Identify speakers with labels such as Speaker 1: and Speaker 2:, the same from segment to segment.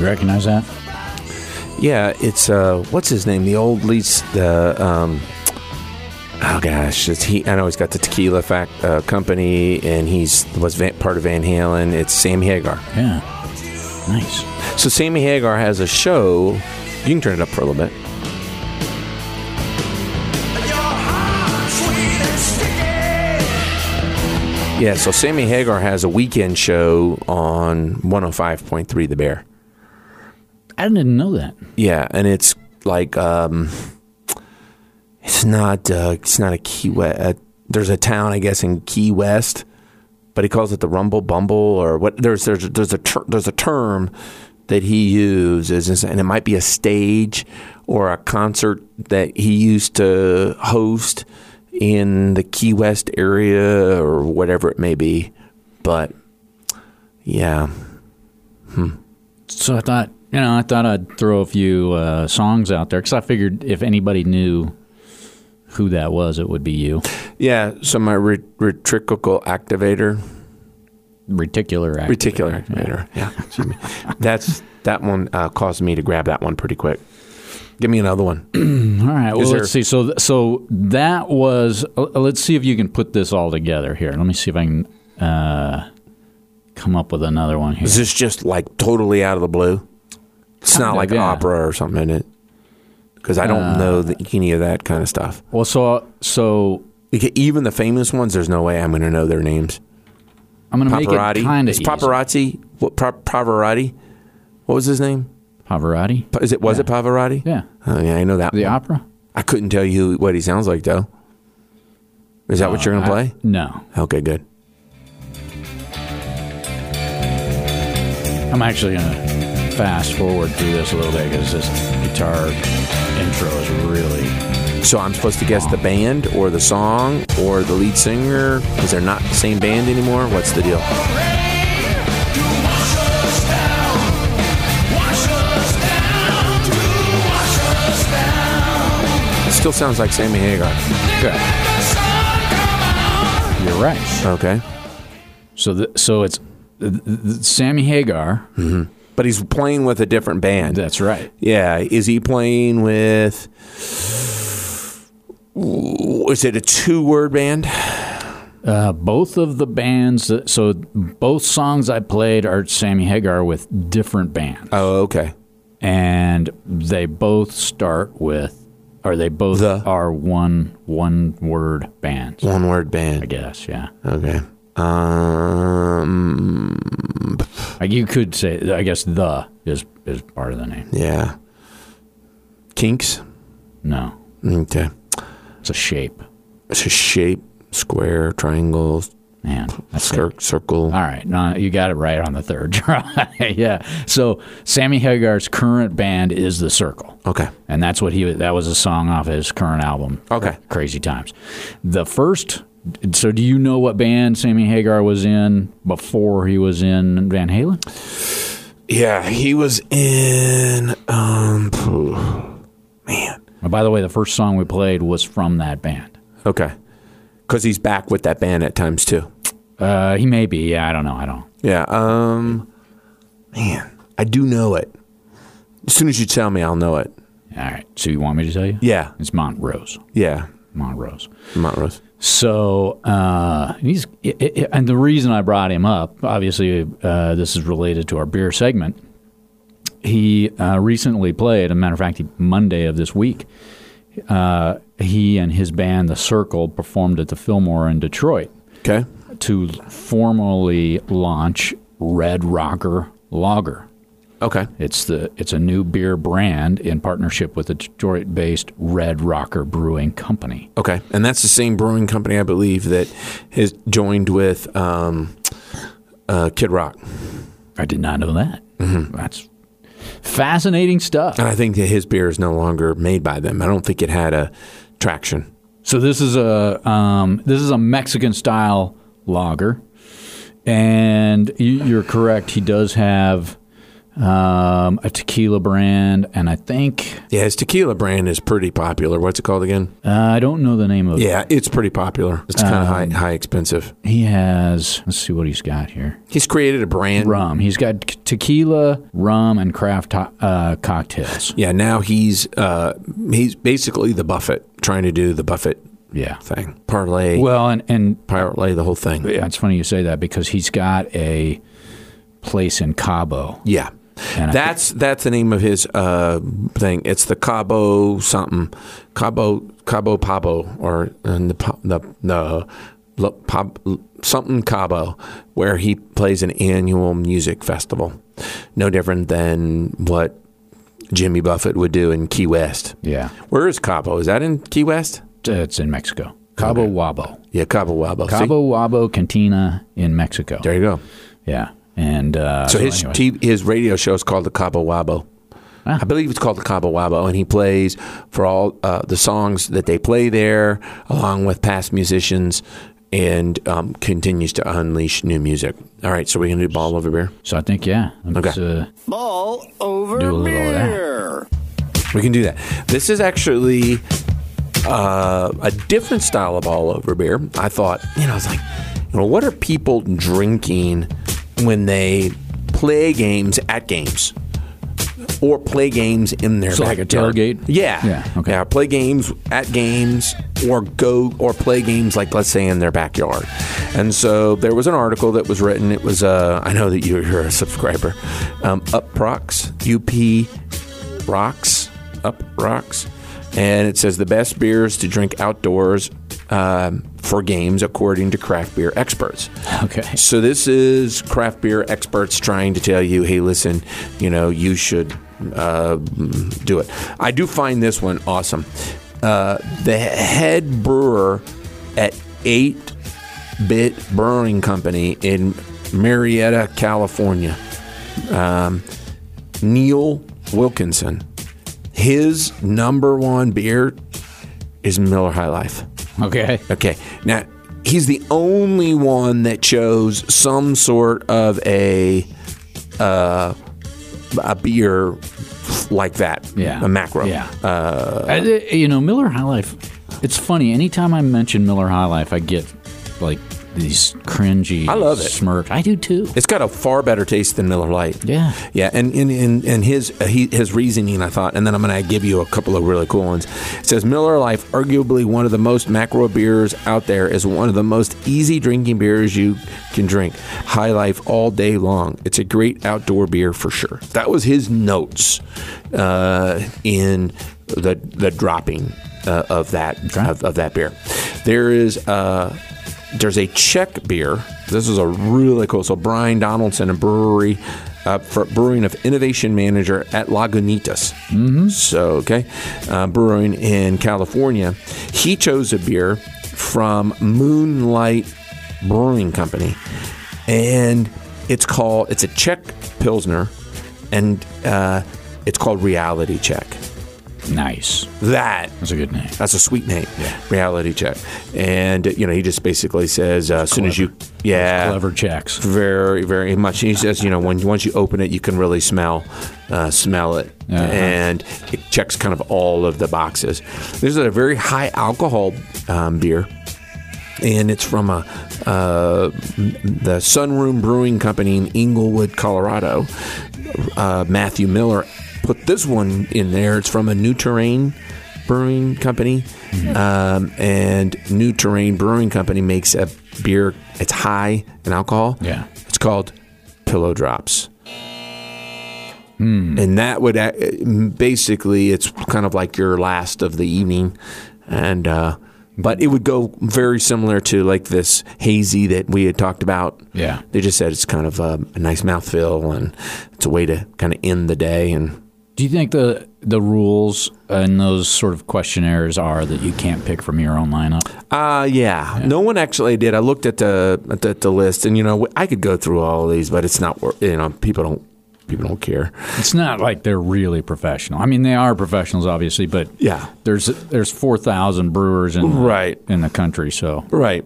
Speaker 1: recognize that?
Speaker 2: Yeah, it's uh, what's his name? The old lead, s- the um, oh gosh, it's he. I know he's got the tequila fact uh, company, and he's was Van, part of Van Halen. It's Sammy Hagar.
Speaker 1: Yeah. Nice.
Speaker 2: So Sammy Hagar has a show. You can turn it up for a little bit. Yeah, so Sammy Hagar has a weekend show on 105.3 The Bear.
Speaker 1: I didn't know that.
Speaker 2: Yeah, and it's like um, it's not uh, it's not a Key West. Uh, there's a town, I guess, in Key West, but he calls it the Rumble Bumble or what? There's there's there's a ter- there's a term that he uses, and it might be a stage or a concert that he used to host in the Key West area or whatever it may be. But yeah,
Speaker 1: So I thought, you know, I thought I'd throw a few uh, songs out there because I figured if anybody knew who that was, it would be you.
Speaker 2: yeah. So my re- retricular activator.
Speaker 1: Reticular activator.
Speaker 2: reticular activator. Yeah, excuse me. That's that one uh, caused me to grab that one pretty quick. Give me another one.
Speaker 1: All right. Well,
Speaker 2: Is there-
Speaker 1: let's see. So, so that was. uh, Let's see if you can put this all together here. Let me see if I can uh, come up with another one here.
Speaker 2: Is this just like totally out of the blue? It's
Speaker 1: Kind
Speaker 2: not
Speaker 1: of,
Speaker 2: like
Speaker 1: yeah. Uh.
Speaker 2: opera or something in it, because I don't know the, any of that kind of stuff.
Speaker 1: Well, so so
Speaker 2: Okay, Even the famous ones, there's no way I'm going to know their names.
Speaker 1: I'm gonna make
Speaker 2: Paparotti.
Speaker 1: it kind of
Speaker 2: It's paparazzi. What pa- Pavarotti? What was his name?
Speaker 1: Pavarotti.
Speaker 2: Pa- Is it was it Pavarotti?
Speaker 1: Yeah,
Speaker 2: Oh, yeah, I know that.
Speaker 1: the
Speaker 2: one.
Speaker 1: opera.
Speaker 2: I couldn't tell you who, what he sounds like though. Is that what you're going to play?
Speaker 1: Uh, I- no,
Speaker 2: Okay, good.
Speaker 1: I'm actually gonna fast forward through this a little bit because this guitar intro is really.
Speaker 2: So I'm supposed to guess the band or the song or the lead singer because they're not the same band anymore. What's the deal? It still sounds like Sammy Hagar.
Speaker 1: You're right.
Speaker 2: Okay.
Speaker 1: So the, so it's th- th- Sammy Hagar.
Speaker 2: But he's playing with a different band.
Speaker 1: That's right.
Speaker 2: Yeah. Is he playing with. Ooh, Is it a two word band?
Speaker 1: Uh, both of the bands, that- so both songs I played are Sammy Hagar with different bands,
Speaker 2: Oh, okay.
Speaker 1: and they both start with, or they both
Speaker 2: The?
Speaker 1: are one one word bands.
Speaker 2: One word
Speaker 1: I
Speaker 2: band.
Speaker 1: guess, yeah.
Speaker 2: Okay. Um.
Speaker 1: Like you could say, I guess the is is part of the name.
Speaker 2: Yeah. Kinks.
Speaker 1: No,
Speaker 2: Okay.
Speaker 1: it's a shape,
Speaker 2: It's a shape, square, triangle,
Speaker 1: man. That's it.
Speaker 2: cir- circle.
Speaker 1: All right, no, you got it right on the third try. yeah. So Sammy Hagar's current band is the Circle.
Speaker 2: Okay.
Speaker 1: and that's what he that was a song off his current album.
Speaker 2: Okay.
Speaker 1: Crazy Times. The first. So, do you know what band Sammy Hagar was in before he was in Van Halen?
Speaker 2: Yeah, he was in. Um. phew, Man.
Speaker 1: Oh, by the way, the first song we played was from that band.
Speaker 2: Okay. Because he's back with that band at times too.
Speaker 1: Uh, he may be. Yeah, I don't know. I don't.
Speaker 2: Yeah. Um. Man, I do know it. As soon as you tell me, I'll know it.
Speaker 1: All right. So, you want me to tell you?
Speaker 2: Yeah.
Speaker 1: It's Montrose.
Speaker 2: Yeah.
Speaker 1: Montrose.
Speaker 2: Montrose.
Speaker 1: So uh, he's i i and the reason I brought him up, obviously, uh, this is related to our beer segment. He uh, recently played, a matter of fact, he- Monday of this week. Uh, he and his band, The Circle, performed at the Fillmore in Detroit
Speaker 2: Okay.
Speaker 1: to formally launch Red Rocker Lager.
Speaker 2: Okay.
Speaker 1: It's the it's a new beer brand in partnership with the Detroit-based Red Rocker Brewing Company.
Speaker 2: Okay, and that's the same brewing company, I believe, that has joined with um, uh, Kid Rock.
Speaker 1: I did not know that. That's fascinating stuff.
Speaker 2: And I think that his beer is no longer made by them. I don't think it had a traction.
Speaker 1: So this is a um, this is a Mexican style lager, and you, you're correct. He does have um, a tequila brand, and I think
Speaker 2: Yeah, his tequila brand is pretty popular. What's it called again?
Speaker 1: uh, I don't know the name of it.
Speaker 2: Yeah, it's pretty popular. It's kind of high, high expensive.
Speaker 1: He has. Let's see what he's got here.
Speaker 2: He's created a brand.
Speaker 1: Rum. He's got tequila, rum, and craft to- uh, cocktails.
Speaker 2: Yeah, now he's uh, he's basically the Buffett trying to do the Buffett
Speaker 1: Yeah.
Speaker 2: thing, parlay,
Speaker 1: Well, and and
Speaker 2: parlay the whole thing.
Speaker 1: it's funny you say that because he's got a place in Cabo.
Speaker 2: Yeah.
Speaker 1: And I
Speaker 2: That's that's the name of his uh, thing. It's the Cabo something, Cabo Cabo Pabo or and the pa- the the lo- pop, something Cabo, where he plays an annual music festival, no different than what Jimmy Buffett would do in Key West.
Speaker 1: Yeah.
Speaker 2: Where is Cabo? Is that in Key West?
Speaker 1: It's in Mexico. Cabo Wabo.
Speaker 2: Yeah, Cabo Wabo. See?
Speaker 1: Cabo Wabo Cantina in Mexico.
Speaker 2: There you go.
Speaker 1: Yeah. And uh,
Speaker 2: So his
Speaker 1: anyway.
Speaker 2: t- his radio show is called the Cabo Wabo. I believe it's called the Cabo Wabo, and he plays for all uh, the songs that they play there, along with past musicians, and um, continues to unleash new music. All right, so we can do ball over beer.
Speaker 1: So I think yeah. Let's, uh,
Speaker 3: Ball over
Speaker 1: Do a little of that.
Speaker 3: beer.
Speaker 2: We can do that. This is actually uh, a different style of all over beer. I thought, you know, I was like, you know, what are people drinking when they play games at games? Or play games in their
Speaker 1: So like a
Speaker 2: backyard?
Speaker 1: tailgate?
Speaker 2: Yeah,
Speaker 1: Yeah, okay.
Speaker 2: Yeah, play games at games, or go or play games like let's say in their backyard. And so there was an article that was written. It was uh, I know that you're, you're a subscriber, um, Uprox, U P rocks up rocks and it says the best beers to drink outdoors um, for games according to craft beer experts
Speaker 1: okay.
Speaker 2: so this is craft beer experts trying to tell you hey listen you know you should uh, do it i do find this one awesome uh, the head brewer at 8 bit brewing company in marietta california um, Neil Wilkinson. His number one beer is Miller High Life.
Speaker 1: Okay.
Speaker 2: Okay. Now, he's the only one that chose some sort of a uh, a beer like that.
Speaker 1: Yeah.
Speaker 2: A macro. Uh,
Speaker 1: Yeah. I- th- you know, Miller High Life. It's funny. Anytime I mention Miller High Life, I get like these cringy.
Speaker 2: I love it.
Speaker 1: Smirk. I do too.
Speaker 2: It's got a far better taste than Miller Lite.
Speaker 1: Yeah.
Speaker 2: Yeah, and and, and, and his uh, he, his reasoning, I thought, and then I'm going to give you a couple of really cool ones. It says Miller Life, arguably one of the most macro beers out there, is one of the most easy drinking beers you can drink. High Life all day long. It's a great outdoor beer for sure. That was his notes uh, in the the dropping uh, of that of, of that beer. There is. Uh, there's a Czech beer. This is a really cool. So Brian Donaldson, a brewery, uh, for brewing of innovation manager at Lagunitas. Mm-hmm. So okay, uh, brewing in California, he chose a beer from Moonlight Brewing Company, and it's called. It's a Czech Pilsner, and uh, it's called Reality Check.
Speaker 1: Nice.
Speaker 2: That
Speaker 1: That's a good name.
Speaker 2: that's a sweet name. Reality check. And you know, he just basically says uh, as soon as you yeah,
Speaker 1: Clever checks.
Speaker 2: very very much. He says, you know, when once you open it, you can really smell uh, smell it.
Speaker 1: Uh-huh.
Speaker 2: And it checks kind of all of the boxes. This is a very high alcohol um, beer. And it's from a, uh, the Sunroom Brewing Company in Inglewood, Colorado. Uh, Matthew Miller put this one in there. It's from a New Terrain Brewing Company, um, and New Terrain Brewing Company makes a beer. It's high in alcohol.
Speaker 1: Yeah.
Speaker 2: it's called Pillow Drops. And that would a- basically, it's kind of like your last of the evening, and uh, but it would go very similar to like this hazy that we had talked about.
Speaker 1: Yeah.
Speaker 2: They just said it's kind of a, a nice mouthfeel and it's a way to kind of end the day. And
Speaker 1: Do you think the the rules in those sort of questionnaires are that you can't pick from your own lineup?
Speaker 2: uh, yeah, no one actually did. I looked at the at the, the list, and you know I could go through all of these, but it's not wor- you know people don't people don't care.
Speaker 1: It's not like they're really professional. I mean, they are professionals, obviously, but
Speaker 2: Yeah.
Speaker 1: there's there's four thousand brewers in the,
Speaker 2: Right.
Speaker 1: in the country, so
Speaker 2: Right.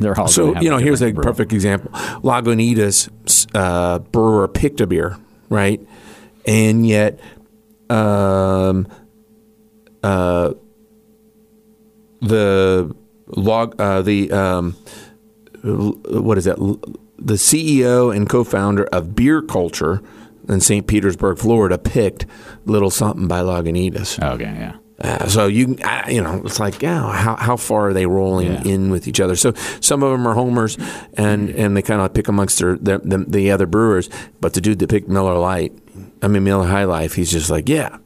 Speaker 1: they're all. gonna
Speaker 2: So
Speaker 1: have
Speaker 2: you know, here's a
Speaker 1: different brew.
Speaker 2: perfect example. Lagunitas uh, brewer picked a beer right? And yet, um, uh, the log, uh, the um, l- what is that? L- The CEO and co-founder of Beer Culture in St. Petersburg, Florida, picked Little Something by Lagunitas.
Speaker 1: Okay, yeah.
Speaker 2: Uh, so you I, you know it's like yeah how, how far are they rolling
Speaker 1: Yeah.
Speaker 2: in with each other so some of them are homers and and they kind of pick amongst their, the, the the other brewers but the dude that picked Miller Light I mean Miller High Life he's just like yeah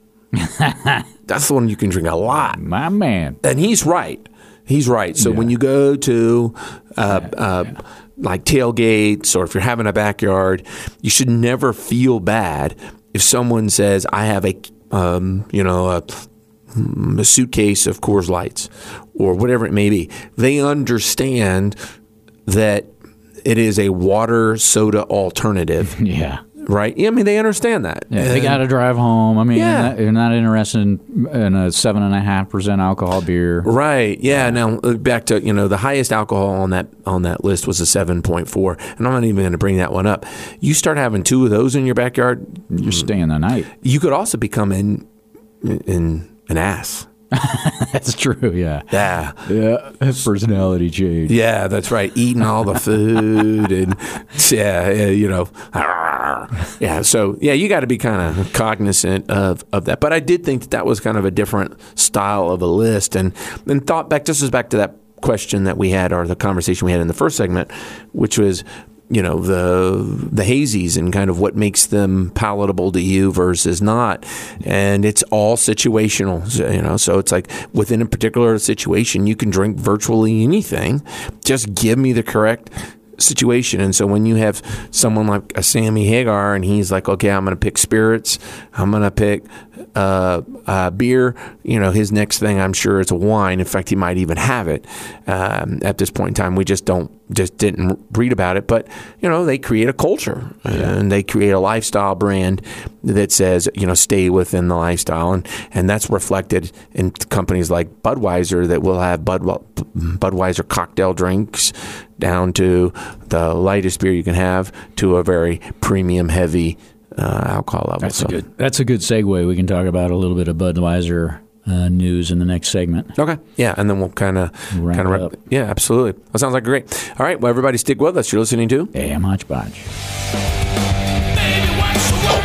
Speaker 2: that's the one you can drink a lot
Speaker 1: My man.
Speaker 2: and he's right he's right so when
Speaker 1: Yeah.
Speaker 2: you go to uh, uh, like tailgates or if you're having a backyard you should never feel bad if someone says I have a um, you know a mm, a suitcase of Coors Lights or whatever it may be. They understand that it is a water soda alternative,
Speaker 1: Yeah.
Speaker 2: right? I mean, they understand that.
Speaker 1: Yeah, they got to drive home. I mean,
Speaker 2: Yeah.
Speaker 1: they're, not, they're not interested in, in a seven and a half percent alcohol beer.
Speaker 2: Right. Yeah. Now uh, back to you know the highest alcohol on that on that list was a seven point four, and I'm not even going to bring that one up. You start having two of those in your backyard,
Speaker 1: You're staying the night.
Speaker 2: you could also become in in an ass.
Speaker 1: That's true. Yeah.
Speaker 2: Yeah.
Speaker 1: Yeah. Personality change.
Speaker 2: Yeah, that's right. Eating all the food and yeah, yeah, you know, yeah. So yeah, you got to be kind of cognizant of of that. But I did think that that was kind of a different style of a list, and and thought back. This is back to that question that we had or the conversation we had in the first segment, which was. You know the the hazies and kind of what makes them palatable to you versus not, and it's all situational. so, You know, so it's like within a particular situation, you can drink virtually anything. Just give me the correct situation. And so when you have someone like a Sammy Hagar and he's like, okay, I'm going to pick spirits, I'm going to pick uh, uh, beer, you know, his next thing I'm sure is a wine. In fact, he might even have it um, at this point in time. We just don't, just didn't read about it. But, you know, they create a culture and they create a lifestyle brand that says, you know, stay within the lifestyle. And, and that's reflected in companies like Budweiser that will have Bud, Budweiser cocktail drinks down to the lightest beer you can have to a very premium heavy uh, alcohol level.
Speaker 1: That's a good. That's a good segue. We can talk about a little bit of Budweiser uh, news in the next segment.
Speaker 2: Okay. Yeah, and then we'll kind of
Speaker 1: Wrap
Speaker 2: kind of
Speaker 1: it up.
Speaker 2: Yeah, absolutely. That sounds like great. All right. Well, everybody, stick with us. You're listening to
Speaker 1: Damn hodgepodge.
Speaker 3: Baby, what's wrong?